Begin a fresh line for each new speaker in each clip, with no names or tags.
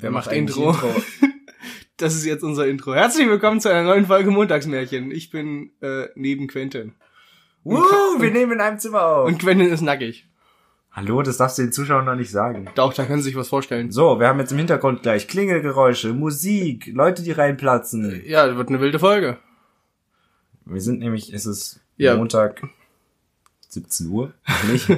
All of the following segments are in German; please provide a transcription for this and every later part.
Wer macht, macht Intro? Intro? Das ist jetzt unser Intro. Herzlich willkommen zu einer neuen Folge Montagsmärchen. Ich bin äh, neben Quentin.
Uh, wir nehmen in einem Zimmer auf.
Und Quentin ist nackig.
Hallo, das darfst du den Zuschauern noch nicht sagen.
Doch, da können Sie sich was vorstellen.
So, wir haben jetzt im Hintergrund gleich Klingelgeräusche, Musik, Leute, die reinplatzen.
Ja, das wird eine wilde Folge.
Wir sind nämlich, es ist
Ja.
Montag 17 Uhr, nicht?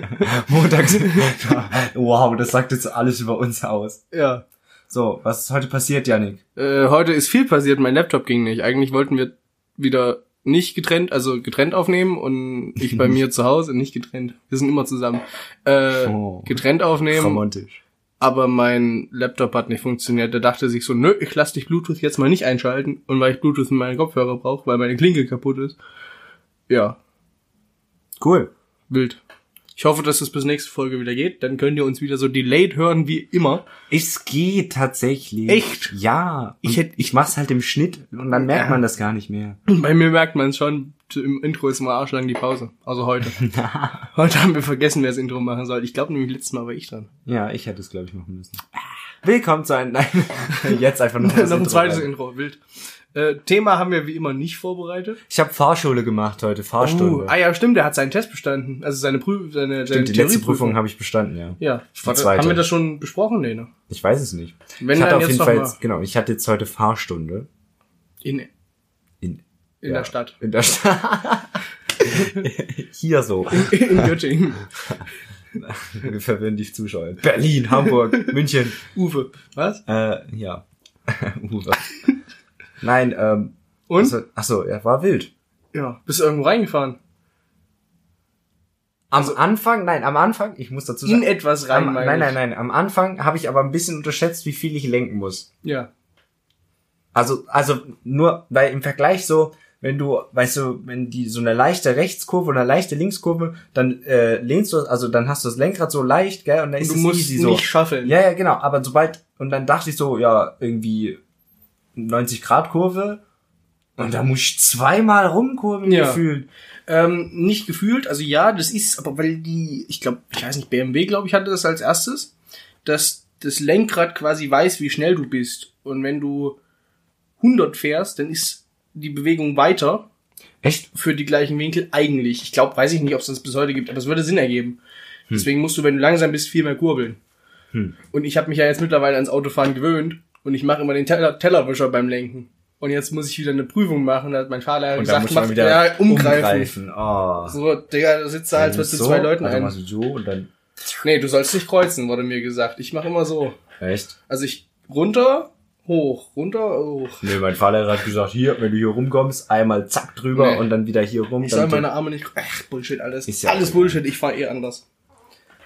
Montags. wow, das sagt jetzt alles über uns aus.
Ja.
So, was ist heute passiert, Janik?
Äh, heute ist viel passiert, mein Laptop ging nicht. Eigentlich wollten wir wieder nicht getrennt, also getrennt aufnehmen und ich bei mir zu Hause nicht getrennt. Wir sind immer zusammen. Äh,
Oh.
Getrennt aufnehmen,
Romantisch.
aber mein Laptop hat nicht funktioniert. Der dachte sich so, nö, ich lass dich Bluetooth jetzt mal nicht einschalten. Und weil ich Bluetooth in meine Kopfhörer brauche, weil meine Klinke kaputt ist. Ja,
Cool.
wild. Ich hoffe, dass es bis nächste Folge wieder geht. Dann könnt ihr uns wieder so delayed hören wie immer.
Es geht tatsächlich.
Echt?
Ja.
Ich
Ich,
hätt-
hätte, ich mach's halt im Schnitt und dann merkt man das gar nicht mehr.
Bei mir merkt man es schon, im Intro ist immer arschlang die Pause. Also heute. heute haben wir vergessen, wer das Intro machen soll. Ich glaube nämlich letztes Mal war ich dran.
Ja, ich hätte es, glaube ich, machen müssen. Willkommen zu einem. Nein, jetzt einfach nur
Noch ein zweites Intro, wild. Äh, Thema haben wir wie immer nicht vorbereitet.
Ich habe Fahrschule gemacht heute, Fahrstunde.
Uh, ah ja, stimmt, der hat seinen Test bestanden. Also seine Prüfung, seine, seine
Stimmt, die letzte
Theorieprüfung.
Prüfung habe ich bestanden, ja.
Ja, warte,
zweite.
haben wir das schon besprochen, nee, ne?
Ich weiß es nicht.
Wenn,
ich
dann
hatte auf
jetzt
jeden
noch
Fall,
mal.
jetzt, genau, ich hatte jetzt heute Fahrstunde
In, in
in,
der
ja,
Stadt.
In der Stadt. Hier so.
In Göttingen.
Wir verwirren die Zuschauer. Berlin, Hamburg, München.
Uwe. Was?
Äh, ja. Uwe. Nein, ähm.
Und?
Also, achso, er war wild.
Ja. Bist du irgendwo reingefahren?
Am Anfang, nein, am Anfang, ich muss dazu
Also- In
sagen.
etwas rein,
Am,
meine
nein,
ich.
nein, nein. Am Anfang habe ich aber ein bisschen unterschätzt, wie viel ich lenken muss.
Ja.
Also, also nur, weil im Vergleich so, wenn du, weißt du, wenn die so eine leichte Rechtskurve oder eine leichte Linkskurve, dann äh, lehnst du, also dann hast du das Lenkrad so leicht, gell, und dann
Und
ist
du
es
musst
easy
nicht
so.
schaffeln.
Ja, ja, genau. Aber sobald und dann dachte ich so, ja, irgendwie 90 Grad Kurve und da muss ich zweimal rumkurven
Ja.
gefühlt.
Ähm, nicht gefühlt, also ja, das ist, aber weil die, ich glaube, ich weiß nicht, BMW, glaube ich, hatte das als erstes, dass das Lenkrad quasi weiß, wie schnell du bist. Und wenn du 100 fährst, dann ist die Bewegung weiter
Echt?
für die gleichen Winkel eigentlich. Ich glaube, weiß ich nicht, ob es das bis heute gibt, aber es würde Sinn ergeben.
Hm.
Deswegen musst du, wenn du langsam bist, viel mehr kurbeln. Und ich habe mich ja jetzt mittlerweile ans Autofahren gewöhnt und ich mache immer den Teller Tellerwischer beim Lenken. Und jetzt muss ich wieder eine Prüfung machen, da hat mein Fahrlehrer
Und dann
gesagt,
muss man
mach-
wieder
ja, umgreifen.
Oh.
So, Digga, da sitzt da halt was für zwei Leuten
also
ein.
machst du so und dann
Nee, du sollst nicht kreuzen, wurde mir gesagt. Ich mache immer so.
echt.
Also ich runter, hoch, runter, hoch.
Nee, mein Fahrlehrer hat gesagt, hier, wenn du hier rumkommst, einmal zack drüber
Nee.
und dann wieder hier rum.
Ich soll
dann
meine Arme nicht. Ach, Bullshit alles.
Ist ja
alles
auch egal.
Bullshit, ich fahr eh anders.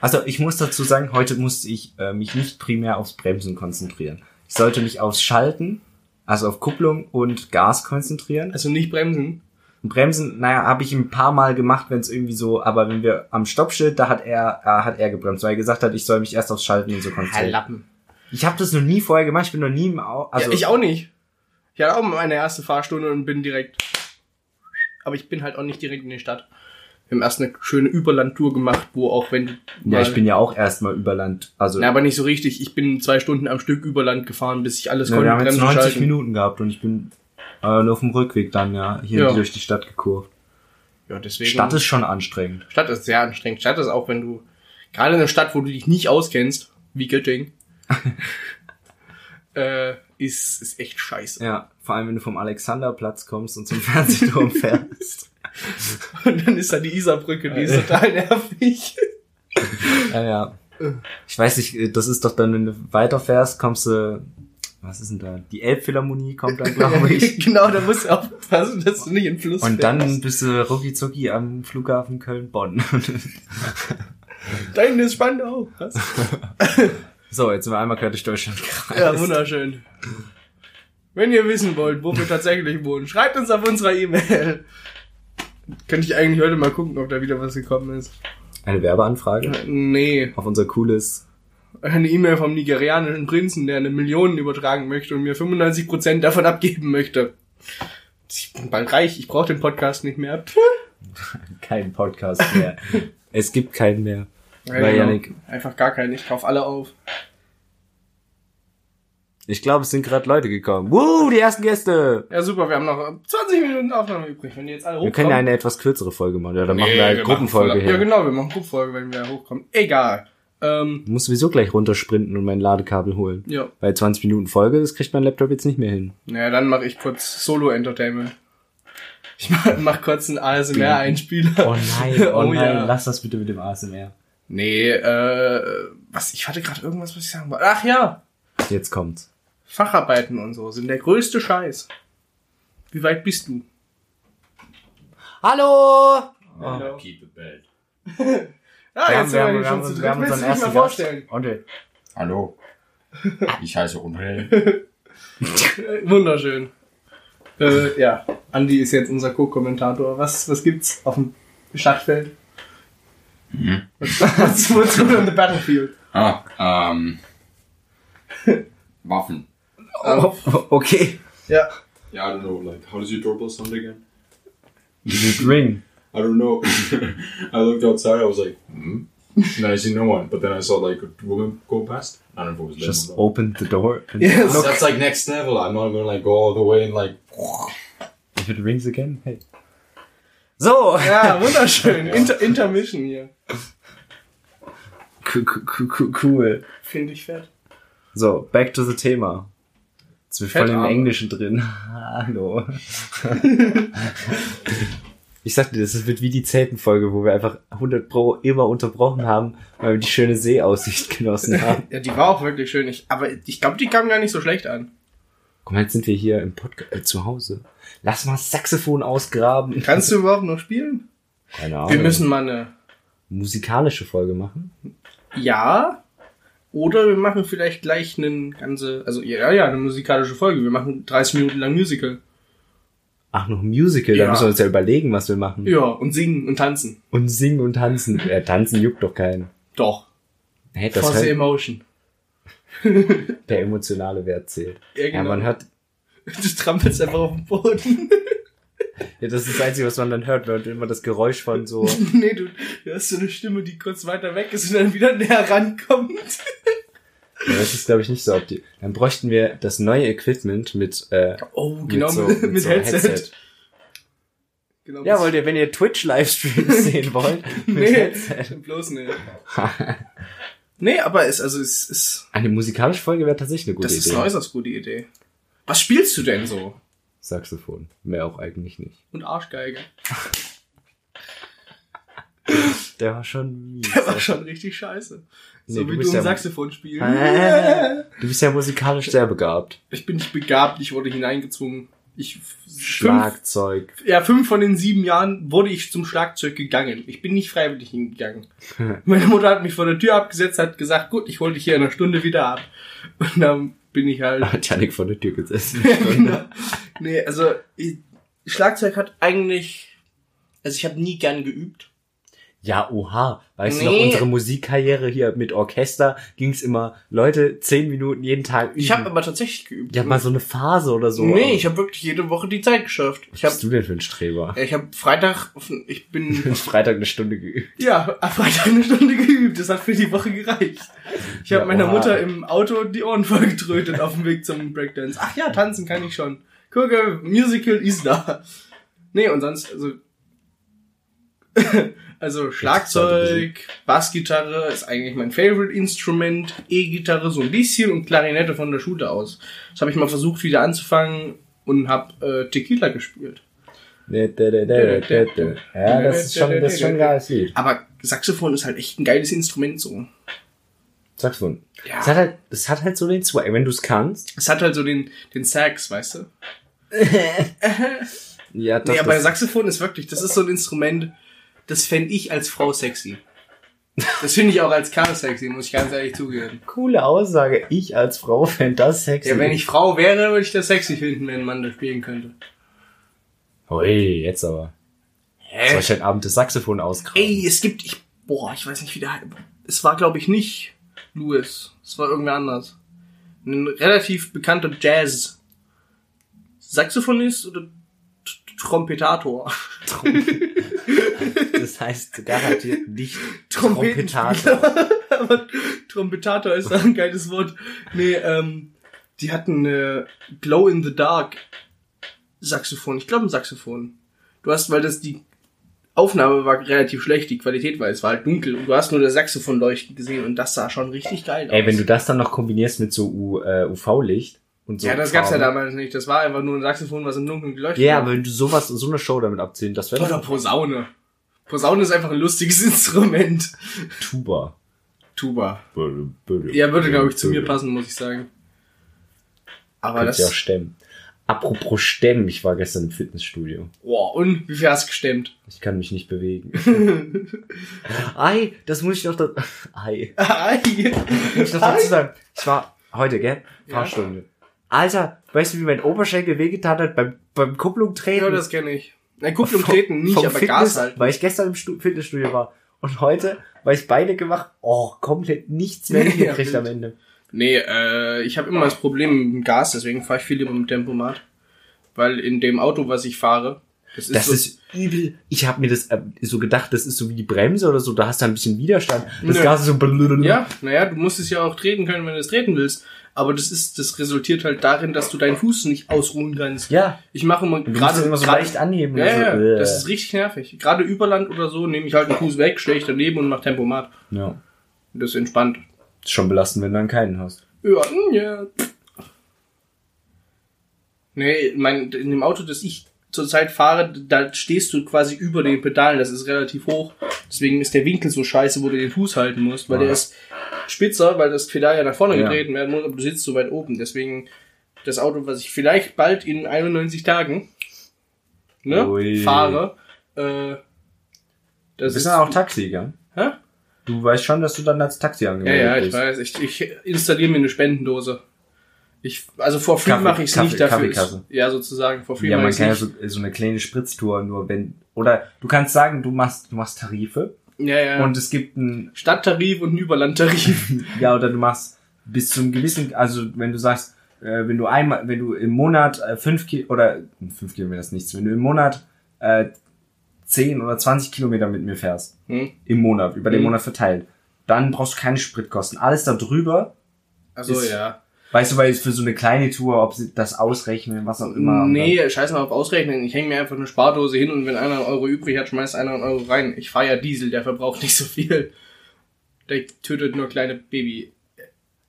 Also ich muss dazu sagen, heute musste ich äh, mich nicht primär aufs Bremsen konzentrieren. Ich sollte mich aufs Schalten, also auf Kupplung und Gas konzentrieren.
Also nicht bremsen.
Bremsen, naja, habe ich ein paar Mal gemacht, wenn es irgendwie so, aber wenn wir am Stoppschild, da hat er, äh, hat er gebremst, weil er gesagt hat, ich soll mich erst aufs Schalten und so konzentrieren.
Lappen.
Ich habe das noch nie vorher gemacht, ich bin noch nie im Au also
Also ja, ich auch nicht. Ich hatte auch meine erste Fahrstunde und bin direkt. Aber ich bin halt auch nicht direkt in die Stadt. Wir haben erst eine schöne Überlandtour gemacht, wo auch wenn du.
Ja,
mal-
ich bin ja auch erstmal über Land. Also
Na, aber nicht so richtig. Ich bin zwei Stunden am Stück Überland gefahren, bis ich alles
ne,
konnte.
wir haben jetzt
bremsen,
90
schalten.
Minuten gehabt und ich bin äh, nur auf dem Rückweg dann ja hier
Ja.
durch die Stadt gekurvt.
Ja, deswegen.
Stadt ist schon anstrengend.
Stadt ist sehr anstrengend. Stadt ist auch, wenn du gerade in einer Stadt, wo du dich nicht auskennst, wie Göttingen, äh, ist, ist echt scheiße.
Ja, vor allem wenn du vom Alexanderplatz kommst und zum Fernsehturm fährst.
Und dann ist da die Isarbrücke, die ist
Äh.
total nervig.
ja, ja. Ich weiß nicht, äh, das ist doch dann, wenn du weiterfährst, kommst du. Was ist denn da? Die Elbphilharmonie kommt dann, glaube ich.
genau, da musst du aufpassen, dass du nicht in den Fluss
Und dann
fällst.
bist du ruckizucki am Flughafen Köln-Bonn.
Dein ist spannend auch. Was?
so, jetzt sind wir einmal quer durch Deutschland gereist.
Ja, wunderschön. Wenn ihr wissen wollt, wo wir tatsächlich wohnen, schreibt uns auf unserer E-Mail. Könnte ich eigentlich heute mal gucken, ob da wieder was gekommen ist.
Eine Werbeanfrage
Nee,
auf unser cooles.
eine E-Mail vom nigerianischen Prinzen, der eine Million übertragen möchte und mir 95% davon abgeben möchte. Ich bin bald reich, ich brauche den Podcast nicht mehr. Puh.
Kein Podcast mehr. es gibt keinen mehr.
Ja,
Weil
genau.
Yannick-
Einfach gar keinen, ich kauf alle auf.
Ich glaube, es sind gerade Leute gekommen. Woo, die ersten Gäste!
Ja, super, wir haben noch 20 Minuten Aufnahme übrig, wenn die jetzt alle
Wir
hochkommen.
können ja eine etwas kürzere Folge machen. Ja, dann machen Oh, wir halt
machen
Gruppenfolge
Folge- Ja,
hin.
genau, wir machen Gruppenfolge, wenn wir hochkommen. Egal. Ähm,
Ich muss sowieso gleich runtersprinten und mein Ladekabel holen.
ja.
Weil 20 Minuten Folge, das kriegt mein Laptop jetzt nicht mehr hin.
Naja, dann mache ich kurz Solo-Entertainment. Ich mach, mach kurz einen ASMR-Einspieler.
Oh das bitte mit dem ASMR.
Oh Nee, äh, was, ich hatte gerade irgendwas, was ich sagen wollte. Ach ja,
Jetzt kommt's.
Facharbeiten und so sind der größte Scheiß. Wie weit bist du?
Hallo! Oh.
Hallo.
Keep it bad.
Genau. Ah,
Wir haben, wir haben, wir haben,
zu
uns-
dritt.
wir haben
Willst
unseren
du
ersten
dich mal
Gast.
vorstellen?
Und
Hallo. Ich heiße Unhell.
Äh, Wunderschön. Äh, ja, Andi ist jetzt unser Co-Kommentator. Was, was gibt's auf dem Schlachtfeld? Was, was, was tut on the battlefield?
Ah, ähm. Waffen.
oh, okay.
Ähm, Ja.
Yeah, I don't know, like, how does your doorbell sound again?
Ring.
I don't know. I looked outside, I was like, hmm? And I see no one, but then I saw, like, a woman go past. I don't know if it was them
Just
or not.
open the door. and-
Yes.
That's like next level. I'm not gonna like go all the way and like.
If it rings again, hey. So!
Ja, Ah, wunderschön. Inter Intermission hier.
Cool, cool, cool, cool.
Finde ich fett.
So, back to the Thema. Jetzt sind wir voll im
Fettarme.
Englischen drin. Hallo. Ich sagte, das wird wie die Zeltenfolge, wo wir einfach 100 Pro immer unterbrochen haben, weil wir die schöne Seeaussicht genossen haben.
Ja, die war auch wirklich schön. Ich, aber ich glaube, die kam gar nicht so schlecht an.
Guck mal, jetzt sind wir hier im Podcast, äh, zu Hause. Lass mal das Saxophon ausgraben.
Kannst du überhaupt noch spielen?
Keine Ahnung.
Wir müssen mal eine
musikalische Folge machen.
Ja. Oder wir machen vielleicht gleich eine ganze, also ja, ja, eine musikalische Folge. Wir machen 30 Minuten lang Musical.
Ach, noch ein Musical,
Ja.
da müssen wir uns ja überlegen, was wir machen.
Ja, und singen und tanzen.
Und singen und tanzen. Äh, tanzen juckt doch keinen.
Doch.
Hey, das
For the
hört,
Emotion.
der emotionale Wert zählt.
Ja,
Ja,
genau.
man hört,
Du trampelst einfach auf dem Boden.
ja, das ist das Einzige, was man dann hört, man hört immer das Geräusch von so,
nee, du, du hast so eine Stimme, die kurz weiter weg ist und dann wieder näher rankommt.
ja, das ist glaube ich nicht so optimal. Dann bräuchten wir das neue Equipment mit, äh,
Oh, genau, mit,
so-
mit,
so
Headset. Genau,
Ja,
das-
wollt ihr, wenn ihr Twitch-Livestreams sehen wollt, mit
Nee,
Headset.
bloß nicht. nee, aber es, also es ist,
Eine musikalische Folge wäre tatsächlich eine gute
das ist
Idee.
eine äußerst gute Idee. Was spielst du denn so?
Saxophon. Mehr auch eigentlich nicht.
Und Arschgeige.
Der war schon mies.
Der war schon richtig scheiße. So
Nee, du
wie du
bist
ein
ja-
Saxophon spielst.
Äh. Du bist ja musikalisch sehr begabt.
Ich bin nicht begabt, ich wurde hineingezwungen. Ich fünf,
Schlagzeug.
ja, fünf von den sieben Jahren wurde ich zum Schlagzeug gegangen. Ich bin nicht freiwillig hingegangen. Meine Mutter hat mich vor der Tür abgesetzt, hat gesagt, gut, ich hole dich hier in einer Stunde wieder ab. Und dann bin ich halt
Hat Janik vor der Tür gesessen.
genau. Nee, also ich, Schlagzeug hat eigentlich, also ich habe nie gern geübt.
Ja, oha. Weißt du noch,
Nee.
unsere Musikkarriere hier mit Orchester ging's immer, Leute, zehn Minuten jeden Tag üben.
Ich habe aber tatsächlich geübt.
Mhm. ja, mal so eine Phase oder so.
nee, ich habe wirklich jede Woche die Zeit geschafft.
Was
Ich habe
bist du denn für ein Streber?
ich habe Freitag, auf- ich bin
Freitag eine Stunde geübt.
ja am Freitag eine Stunde geübt. Das hat für die Woche gereicht. Ich habe
Ja,
meiner
oha.
Mutter im Auto die Ohren vollgetrötet auf dem Weg zum Breakdance. Ach ja, tanzen kann ich schon. Gucke, Musical ist da. Nee, und sonst, also. also Schlagzeug, Bassgitarre ist eigentlich mein Favorite Instrument, E-Gitarre so ein bisschen und Klarinette von der Schule aus. Das habe ich mal versucht wieder anzufangen und habe äh, Tequila gespielt.
Ja, das ist schon, das ist schon ein geiles Lied.
Aber Saxophon ist halt echt ein geiles Instrument so.
Saxophon.
Ja.
Es hat halt, es hat halt so den Swag, wenn du's kannst.
Es hat halt so den, den Sax, weißt du?
Ja, doch,
Nee, aber
das-
Saxophon ist wirklich, das ist so ein Instrument, das fände ich als Frau sexy. Das finde ich auch als Kerl sexy, muss ich ganz ehrlich zugeben.
coole Aussage. Ich als Frau fänd das sexy.
Ja, wenn ich Frau wäre, würde ich das sexy finden, wenn ein Mann das spielen könnte.
Ui, jetzt aber. Soll ich heute Abend das Saxophon ausgraben?
Ey, es gibt, ich, boah, ich weiß nicht, wie der heißt. Es war, glaube ich, nicht Louis. Es war irgendwer anders. Ein relativ bekannter Jazz. Saxophonist oder T- Trompetator?
Das heißt garantiert nicht
Trompeten-
Trompetator.
Aber Trompetator ist auch ein geiles Wort. Nee, ähm, Die hatten äh, Glow in the Dark Saxophon. Ich glaube ein Saxophon. Du hast, weil das die Aufnahme war relativ schlecht, die Qualität war, es war halt dunkel und du hast nur das Saxophon leuchten gesehen und das sah schon richtig geil aus.
Ey, wenn du das dann noch kombinierst mit so U- äh, UV-Licht und so.
ja, das gab's ja
Farben.
damals nicht. Das war einfach nur ein Saxophon, was im Dunkeln geleuchtet
Ja,
hat.
aber wenn du sowas, so eine Show damit abziehen, das wäre
Oder Posaune. Posaune ist einfach ein lustiges Instrument.
Tuba.
Tuba.
Ja,
Ja, würde, glaube ich, zu mir passen, muss ich sagen. Aber
Kannst ja auch
das.
stemmen. Apropos stemmen, ich war gestern im Fitnessstudio.
Boah, und wie viel hast du gestemmt?
Ich kann mich nicht bewegen. Ei, das muss ich noch, da Ei. Muss ich noch dazu sagen. Ich war heute, gell?
Ja.
Fahrstunde. Alter, weißt du, wie mein Oberschenkel wehgetan hat beim, beim Kupplung treten?
ja, das kenne ich. Nein, Kupplung treten nicht,
Vom
aber Gas halten.
Weil ich gestern im Stu Fitnessstudio war. Und heute, weil ich Beine gemacht, oh, komplett nichts mehr hingekriegt
Ja,
am Ende.
Nee, äh, ich habe immer das Problem mit dem Gas, deswegen fahre ich viel lieber mit dem Tempomat. Weil in dem Auto, was ich fahre, das ist,
Das
so,
ist übel. Ich habe mir das äh, so gedacht, das ist so wie die Bremse oder so, da hast du ein bisschen Widerstand. Das
Nö.
Gas ist so
Ja, naja, du musst es ja auch treten können, wenn du es treten willst. Aber das ist, das resultiert halt darin, dass du deinen Fuß nicht ausruhen kannst.
Ja.
Ich mache immer
Du musst
gerade
es immer so
gerade-
leicht anheben.
Ja,
also,
ja,
äh.
das ist richtig nervig. Gerade Überland oder so nehme ich halt den Fuß weg, stelle ich daneben und mache Tempomat.
ja.
Das ist entspannt.
Ist schon belastend, wenn du dann keinen hast.
Ja, mm, ja. Nee, mein, in dem Auto, das ich zurzeit fahre, da stehst du quasi über den Pedalen, das ist relativ hoch. Deswegen ist der Winkel so scheiße, wo du den Fuß halten musst, weil
Ja.
der ist spitzer, weil das Pedal ja nach vorne
Ja.
getreten werden muss, aber du sitzt so weit oben. Deswegen das Auto, was ich vielleicht bald in 91 Tagen ne,
Ui.
fahre, äh, das
Du bist
ist...
dann auch Taxi, gell?
Hä?
Du weißt schon, dass du dann als Taxi
Ja,
angemeldet
ja, ich
bist.
weiß. Ich, ich installiere mir eine Spendendose. Ich, also vor free
Kaffee-
mache ich es
Kaffee-
nicht dafür.
Kaffeekasse.
ist- Ja, sozusagen. Vor free
Ja,
mache
man
ich
kann ja
es
so,
nicht.
so eine kleine Spritztour nur wenn oder du kannst sagen, du machst du machst Tarife
Ja, ja.
und es gibt ein
Stadttarif und ein Überlandtarif.
ja oder du machst bis zum gewissen also wenn du sagst äh, wenn du einmal wenn du im Monat äh, fünf Ki oder hm, fünf Kilometer ist nichts wenn du im Monat äh, zehn oder 20 Kilometer mit mir fährst
Hm?
im Monat über den
Mhm.
Monat verteilt dann brauchst du keine Spritkosten alles darüber
Also
Ist-
ja.
weißt du weil für so eine kleine Tour ob sie das ausrechnen was auch immer und
nee, scheiß mal auf Ausrechnen. Ich hänge mir einfach eine Spardose hin und wenn einer einen Euro übrig hat, schmeißt einer einen Euro rein. Ich fahre ja Diesel, der verbraucht nicht so viel. Der tötet nur kleine Baby.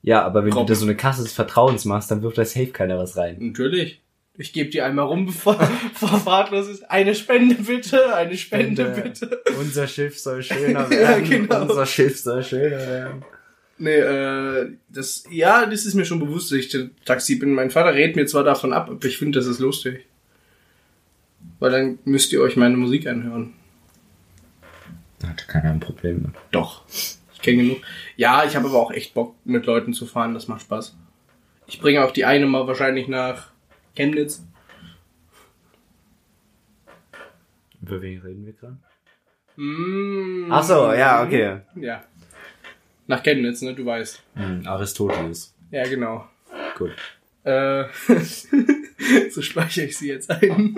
Ja, aber wenn
Komm.
du da so eine Kasse des Vertrauens machst, dann wirft da safe keiner was rein.
Natürlich. Ich gebe die einmal rum, bevor, bevor fahrtlos ist. Eine Spende bitte, eine Spende bitte.
Äh, Unser Schiff soll schöner
Ja,
werden.
genau.
Unser Schiff soll schöner werden.
Nee, äh, das, ja, das ist mir schon bewusst, dass ich der Taxi bin. Mein Vater rät mir zwar davon ab, aber ich finde, das ist lustig. Weil dann müsst ihr euch meine Musik anhören.
Da hat keiner ein Problem mit.
Doch. Ich kenne genug. Ja, ich habe aber auch echt Bock, mit Leuten zu fahren, das macht Spaß. Ich bringe auch die eine mal wahrscheinlich nach Chemnitz.
Über wen reden wir gerade?
Mm,
Ach so, ja, okay.
Ja. Nach Chemnitz, ne, du weißt.
Hm, Aristoteles.
Ja, genau.
Gut.
Äh, so speichere ich sie jetzt ein.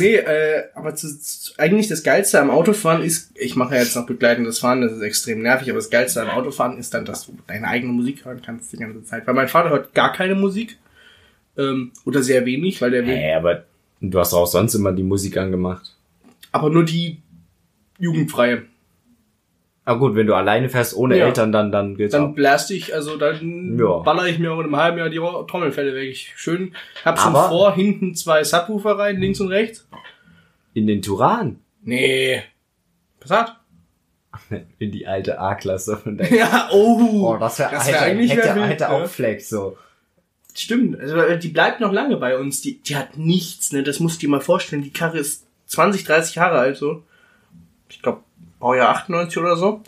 nee, äh, aber zu, zu, eigentlich das Geilste am Autofahren ist, ich mache ja jetzt noch begleitendes Fahren, das ist extrem nervig, aber das Geilste am Autofahren ist dann, dass du deine eigene Musik hören kannst die ganze Zeit. Weil mein Vater hört gar keine Musik. Ähm, oder sehr wenig, weil der will.
Hey, aber du hast auch sonst immer die Musik angemacht.
Aber nur die jugendfreie.
Aber Ah, gut, wenn du alleine fährst, ohne
Ja.
Eltern, dann, dann geht's
Dann
dann,
blaste ich, also dann
Ja.
baller ich mir auch in einem halben Jahr die Ro- Trommelfälle weg. Ich schön, hab schon
Aber-
vor, hinten zwei Subwoofer rein, links und rechts.
In den Turan.
Nee. Passat?
In die alte A-Klasse von deinem.
Ja, oh.
Oh, das wäre
Das
wär
wär
eigentlich
eigentlich
hätte,
wär wild,
hätte
ne?
auch Flex so.
Stimmt. Also äh, die bleibt noch lange bei uns. Die, die hat nichts, ne? Das musst du dir mal vorstellen. Die Karre ist 20, 30 Jahre alt, so. Ich glaube, Baujahr 98 oder so.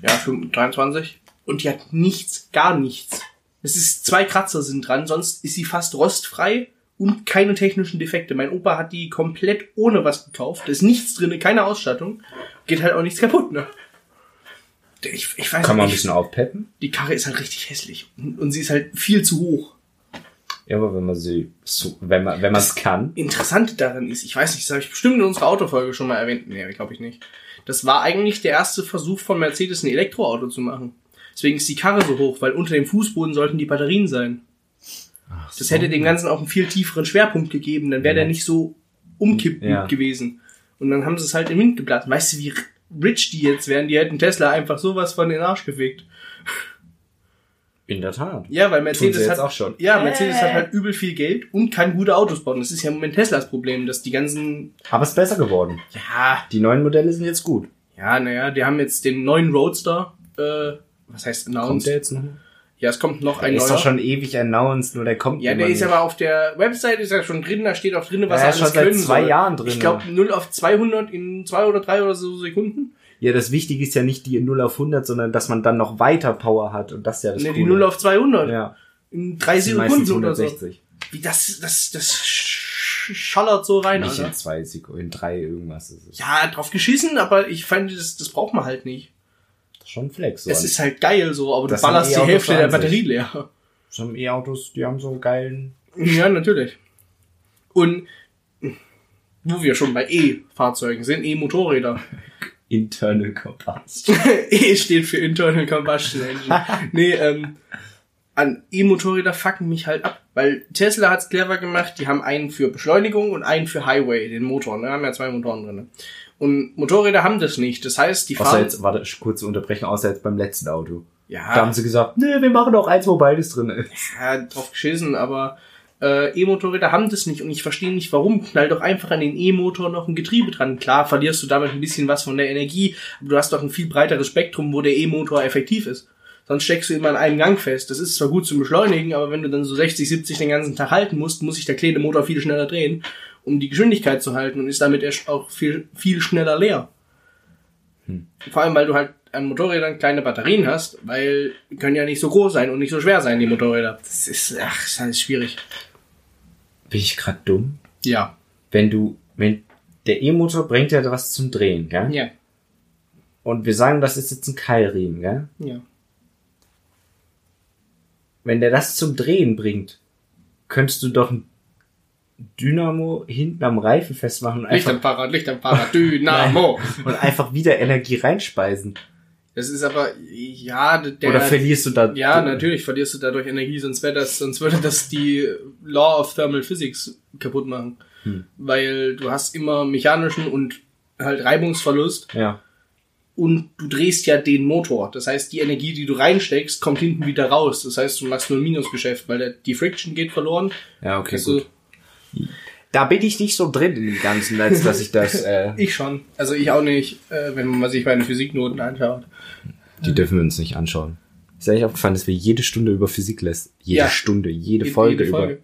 Ja, 25, 23. Und die hat nichts, gar nichts. Es ist zwei Kratzer sind dran, sonst ist sie fast rostfrei und keine technischen Defekte. Mein Opa hat die komplett ohne was gekauft. Da ist nichts drinne, keine Ausstattung. Geht halt auch nichts kaputt, ne? Ich, ich weiß
Kann man ein
nicht.
bisschen aufpeppen?
die Karre ist halt richtig hässlich und, und sie ist halt viel zu hoch.
Ja, aber wenn man sie, so, wenn man, wenn man es kann.
Interessant daran ist, ich weiß nicht, das habe ich bestimmt in unserer Autofolge schon mal erwähnt. Nee, glaube ich nicht. Das war eigentlich der erste Versuch von Mercedes, ein Elektroauto zu machen. Deswegen ist die Karre so hoch, weil unter dem Fußboden sollten die Batterien sein.
Ach
Das
so.
hätte dem Ganzen auch einen viel tieferen Schwerpunkt gegeben, dann wäre der nicht so umkippend
Ja.
gewesen. Und dann haben sie es halt im Wind geblasen. Weißt du, wie rich die jetzt wären? Die hätten Tesla einfach sowas von den Arsch gefegt.
In der Tat.
Ja, weil
Tun sie
Mercedes
jetzt
hat
auch schon.
Ja, Mercedes
Äh.
hat halt übel viel Geld und kann gute Autos bauen. Das ist ja im Moment Teslas Problem, dass die ganzen,
Aber es ist besser geworden.
ja,
Die neuen Modelle sind jetzt gut.
ja, naja, die haben jetzt den neuen Roadster, äh, was heißt
Kommt der
announced?
jetzt noch?
Ja, es kommt noch
Der
ein
ist
neuer.
doch schon ewig announced, nur der kommt
ja,
immer
der ist
nicht.
aber auf der Website ist ja schon drin, da steht auch drin, was
Ja,
er
ist schon
alles
seit
können
zwei
soll.
Jahren drin.
Ich glaube 0 auf 200 in 2 oder 3 oder so Sekunden.
Ja, das Wichtige ist ja nicht die 0 auf 100, sondern dass man dann noch weiter Power hat und das ist ja das
Ne, die
Coole.
0 auf 200
ja,
in 3
die meistens
Sekunden oder so.
160.
Wie das das das sch- schallert so rein,
Nicht
Alter.
in zwei Sekunden, in drei irgendwas. Das ist
Ja, drauf geschissen, aber ich fand das das braucht man halt nicht.
schon Flex. So
Es ist halt geil so, aber du
Das
ballerst
haben
die
eh
Hälfte
Autos
der
an sich.
Batterie leer.
so haben E-Autos, die haben so einen geilen...
Ja, natürlich. Und wo wir schon bei E-Fahrzeugen sind, E-Motorräder.
Internal Combustion.
e steht für Internal Combustion Engine. nee, ähm, an E-Motorräder fucken mich halt ab, weil Tesla hat's clever gemacht, die haben einen für Beschleunigung und einen für Highway, den Motor, ne? haben ja zwei Motoren drinne Und Motorräder haben das nicht, das heißt, die
Außer
fahren...
jetzt, warte, kurze Unterbrechung, außer jetzt beim letzten Auto.
ja,
Da haben sie gesagt, nee, wir machen auch eins, wo beides drin ist.
ja, drauf geschissen, aber äh, E-Motorräder haben das nicht und ich verstehe nicht warum. Knall doch einfach an den E-Motor noch ein Getriebe dran. Klar, verlierst du damit ein bisschen was von der Energie, aber du hast doch ein viel breiteres Spektrum, wo der E-Motor effektiv ist. Sonst steckst du immer an einem Gang fest. Das ist zwar gut zum Beschleunigen, aber wenn du dann so 60, 70 den ganzen Tag halten musst, muss sich der kleine Motor viel schneller drehen, um die Geschwindigkeit zu halten und ist damit erst auch viel, viel schneller leer. Vor allem, weil du halt an Motorrädern kleine Batterien hast, weil die können ja nicht so groß sein und nicht so schwer sein, die Motorräder. Das ist, ach, ist alles schwierig.
Bin ich gerade dumm?
Ja.
Wenn du, wenn der E-Motor bringt ja was zum Drehen, gell?
Ja.
Und wir sagen, das ist jetzt ein Keilriemen, gell?
Ja.
wenn der das zum Drehen bringt, könntest du doch ein Dynamo hinten am Reifen festmachen und
Licht
einfach,
am Fahrrad, Licht am Fahrrad, Dynamo.
und einfach wieder Energie reinspeisen.
Das ist aber, ja, der.
Oder verlierst du da.
ja, natürlich verlierst du dadurch Energie, sonst wäre das, sonst würde das die Law of Thermal Physics kaputt machen.
Hm.
Weil du hast immer mechanischen und halt Reibungsverlust
Ja.
und du drehst ja den Motor. Das heißt, die Energie, die du reinsteckst, kommt hinten wieder raus. Das heißt, du machst nur ein Minusgeschäft, weil der, die Friction geht verloren.
Ja, okay,
also,
gut. Da bin ich nicht so drin in dem Ganzen, als dass ich das. Äh,
Ich schon. Also ich auch nicht, äh, wenn man sich meine Physiknoten anschaut.
die dürfen wir uns nicht anschauen. Ist ja nicht aufgefallen, dass wir jede Stunde über Physik lässt. Jede
Ja.
Stunde, jede,
Jede-
Folge,
jede Folge.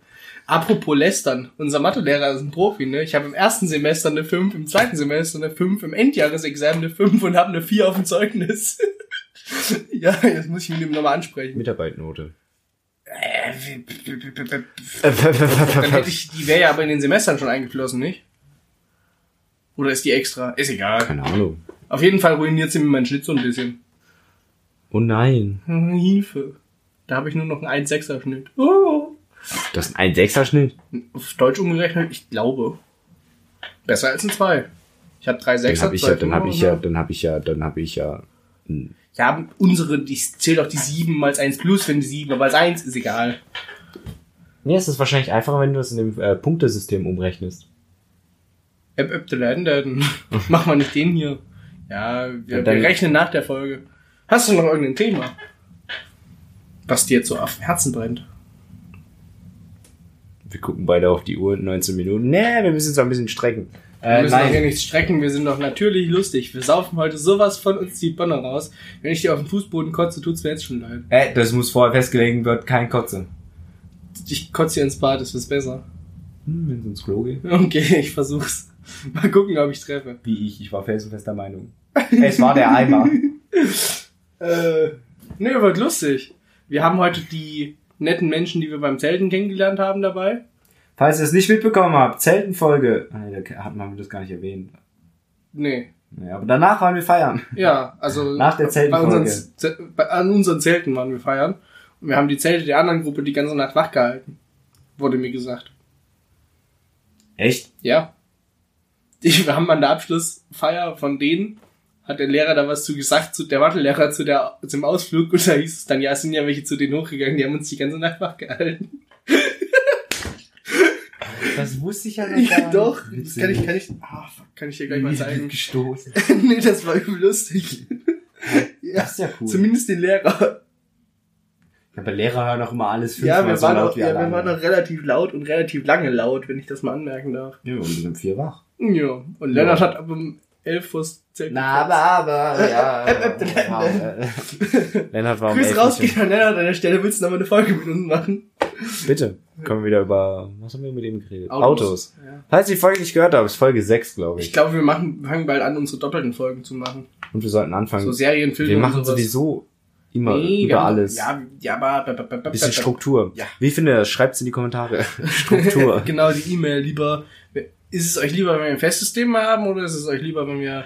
Apropos lästern. Unser Mathelehrer ist ein Profi, ne? Ich habe im ersten Semester eine 5, im zweiten Semester eine 5, im Endjahresexamen eine 5 und habe eine 4 auf dem Zeugnis. ja, jetzt muss ich ihn nochmal
über
ansprechen.
Mitarbeitnote.
Äh, Dann hätte ich, die wäre ja aber in den Semestern schon eingeflossen, nicht? Oder ist die extra? Ist egal.
Keine Ahnung.
Auf jeden Fall ruiniert sie mir meinen Schnitt so ein bisschen.
Oh nein.
Hm, Hilfe. Da habe ich nur noch einen 1,6er Schnitt. Oh.
Das ist ein 1,6er Schnitt.
Auf Deutsch umgerechnet, ich glaube. Besser als ein 2. Ich habe 3,6er.
Dann habe ich ja, dann habe ich ja,
2,5er.
dann habe ich ja, dann habe ich ja.
Ja, unsere, ich zähle doch die 7 mal 1 plus, wenn die 7, aber als 1 ist egal.
Mir ist es wahrscheinlich einfacher, wenn du es in dem äh, Punktesystem umrechnest.
Äpp, äpp, de leiden, leiden. Mach mal nicht den hier. Ja, wir,
Ja, dann-
wir rechnen nach der Folge. Hast du noch irgendein Thema? Was dir jetzt so auf dem Herzen brennt?
Wir gucken beide auf die Uhr, 19 Minuten. Nee, wir müssen uns ein bisschen strecken.
Wir
Äh,
müssen doch hier
nein.
nichts strecken, wir sind doch natürlich lustig. Wir saufen heute sowas von uns die Bonne raus. Wenn ich dir auf den Fußboden kotze, tut's mir jetzt schon leid.
Äh, das muss vorher festgelegt wird, kein Kotze.
Ich kotze dir ins Bad, das ist besser.
Hm, wenn es ins Klo geht.
Okay, ich versuch's. Mal gucken, ob ich treffe.
Wie ich, ich war felsenfester Meinung. es war der Eimer.
Äh, ne, wird lustig. Wir haben heute die netten Menschen, die wir beim Zelten kennengelernt haben, dabei.
Falls ihr es nicht mitbekommen habt, Zeltenfolge. Nein, da hat man das gar nicht erwähnt.
Nee.
Naja, aber danach waren wir feiern.
Ja, also
Nach der
bei
Zeltenfolge.
unseren, Ze- bei, an unseren Zelten waren wir feiern. Und wir haben die Zelte der anderen Gruppe die ganze Nacht wachgehalten. Wurde mir gesagt.
Echt?
Ja. Die, wir haben an der Abschlussfeier von denen, hat der Lehrer da was zu gesagt, zu, der Mathelehrer zu der, zum Ausflug und da hieß es dann, ja, es sind ja welche zu denen hochgegangen, die haben uns die ganze Nacht wachgehalten.
Das wusste ich ja noch
Ja, doch. Das
Witzig.
kann ich, kann ich, ah, fuck, kann ich dir gleich mal zeigen.
Gestoßen.
nee, das war übel lustig. ja,
Das ist ja cool.
zumindest den Lehrer.
ja, bei Lehrer hören auch immer alles fünfmal
Ja, wir
so
waren
laut
auch,
wie
ja,
alle
wir waren
anderen.
auch relativ laut und relativ lange laut, wenn ich das mal anmerken darf.
Ja, wir sind um vier wach.
Ja, und Lennart hat ab um 11 vor Zelt
aber,
Genau.
ja. Lennart war um
Grüß
elf
rausgeht an Lennart an der Stelle, willst du nochmal eine Folge mit uns machen?
nicht- Bitte, kommen wir wieder über, was haben wir mit ihm geredet? Autos.
Ja.
Falls ihr die Folge nicht gehört habt, ist Folge 6, glaube
Ich
ich.
glaube, wir machen, fangen bald an, unsere doppelten Folgen zu machen.
Und wir sollten anfangen.
So Serien, Filme
wir machen
und sowas.
sowieso immer
wir
über
haben-
alles.
Ja, ja, aber... ba- ba- ba-
Bisschen
ba- ba-
Struktur.
Ja.
Wie findet ihr das? Schreibt's in die Kommentare. Struktur.
genau, die E-Mail lieber. Ist es euch lieber, wenn wir ein festes Thema haben oder ist es euch lieber, wenn wir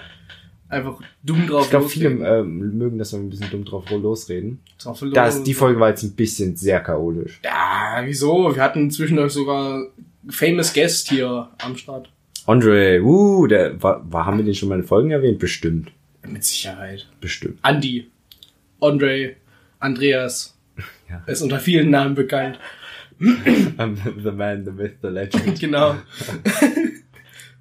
einfach dumm drauf
Ich glaube, viele
loslegen?
ähm, mögen, dass wir ein bisschen dumm drauf losreden.
Drauf
Das, die
los-
Folge war jetzt ein bisschen sehr chaotisch.
Ja, wieso? Wir hatten zwischendurch sogar famous Guest hier am Start.
Andre, uh, der war, war, haben wir den schon mal in Folgen erwähnt? Bestimmt.
Mit Sicherheit.
Bestimmt.
Andy, Andre, Andreas.
Ja.
Ist unter vielen Namen bekannt.
Ähm, the man, the myth, the legend.
Genau.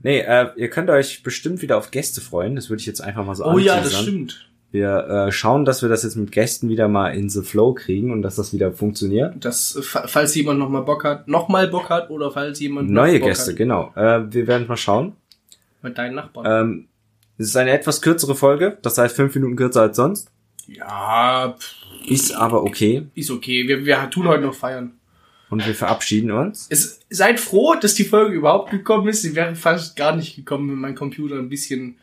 Nee, äh, ihr könnt euch bestimmt wieder auf Gäste freuen. Das würde ich jetzt einfach mal so
Oh ja, das
anteasern.
stimmt.
Wir äh, schauen, dass wir das jetzt mit Gästen wieder mal in the flow kriegen und dass das wieder funktioniert.
Das, äh, fa- falls jemand nochmal Bock hat, nochmal Bock hat oder falls jemand noch
Neue
Bock
Gäste,
hat,
genau. Äh, wir werden mal schauen.
mit deinen Nachbarn.
Ähm, es ist eine etwas kürzere Folge, das heißt fünf Minuten kürzer als sonst.
Ja, pff,
Ist aber okay.
ist okay. Wir, wir tun heute noch feiern.
Und wir verabschieden uns.
Es, seid froh, dass die Folge überhaupt gekommen ist. Sie wäre fast gar nicht gekommen, wenn mein Computer ein bisschen,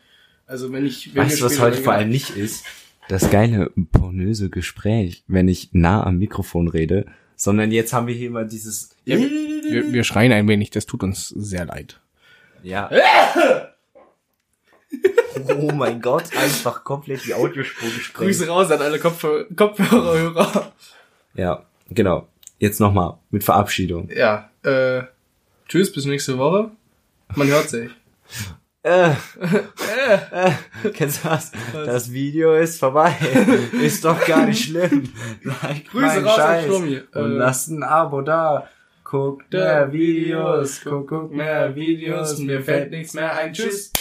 also wenn ich, wenn
weißt du,
wir
was
später
heute vor
länger-
allem nicht ist? Das geile, pornöse Gespräch, wenn ich nah am Mikrofon rede. Sondern jetzt haben wir hier immer dieses...
Ja, wir, wir schreien ein wenig, das tut uns sehr leid.
Ja. oh mein Gott, einfach komplett die Audiospur gesprengt.
Grüße raus an alle Kopfhörer, Kopfhörerhörer.
Ja, genau. Jetzt nochmal mit Verabschiedung.
Ja, äh, tschüss, bis nächste Woche. Man hört sich.
Äh, äh, kennst du was? Das Video ist vorbei. Ist doch gar nicht schlimm. Like
Grüße
meinen
raus an Schlummi.
Und
Äh,
lasst ein Abo da. Guckt mehr Videos, guckt, guckt mehr Videos. Mir fällt nichts mehr ein. Tschüss.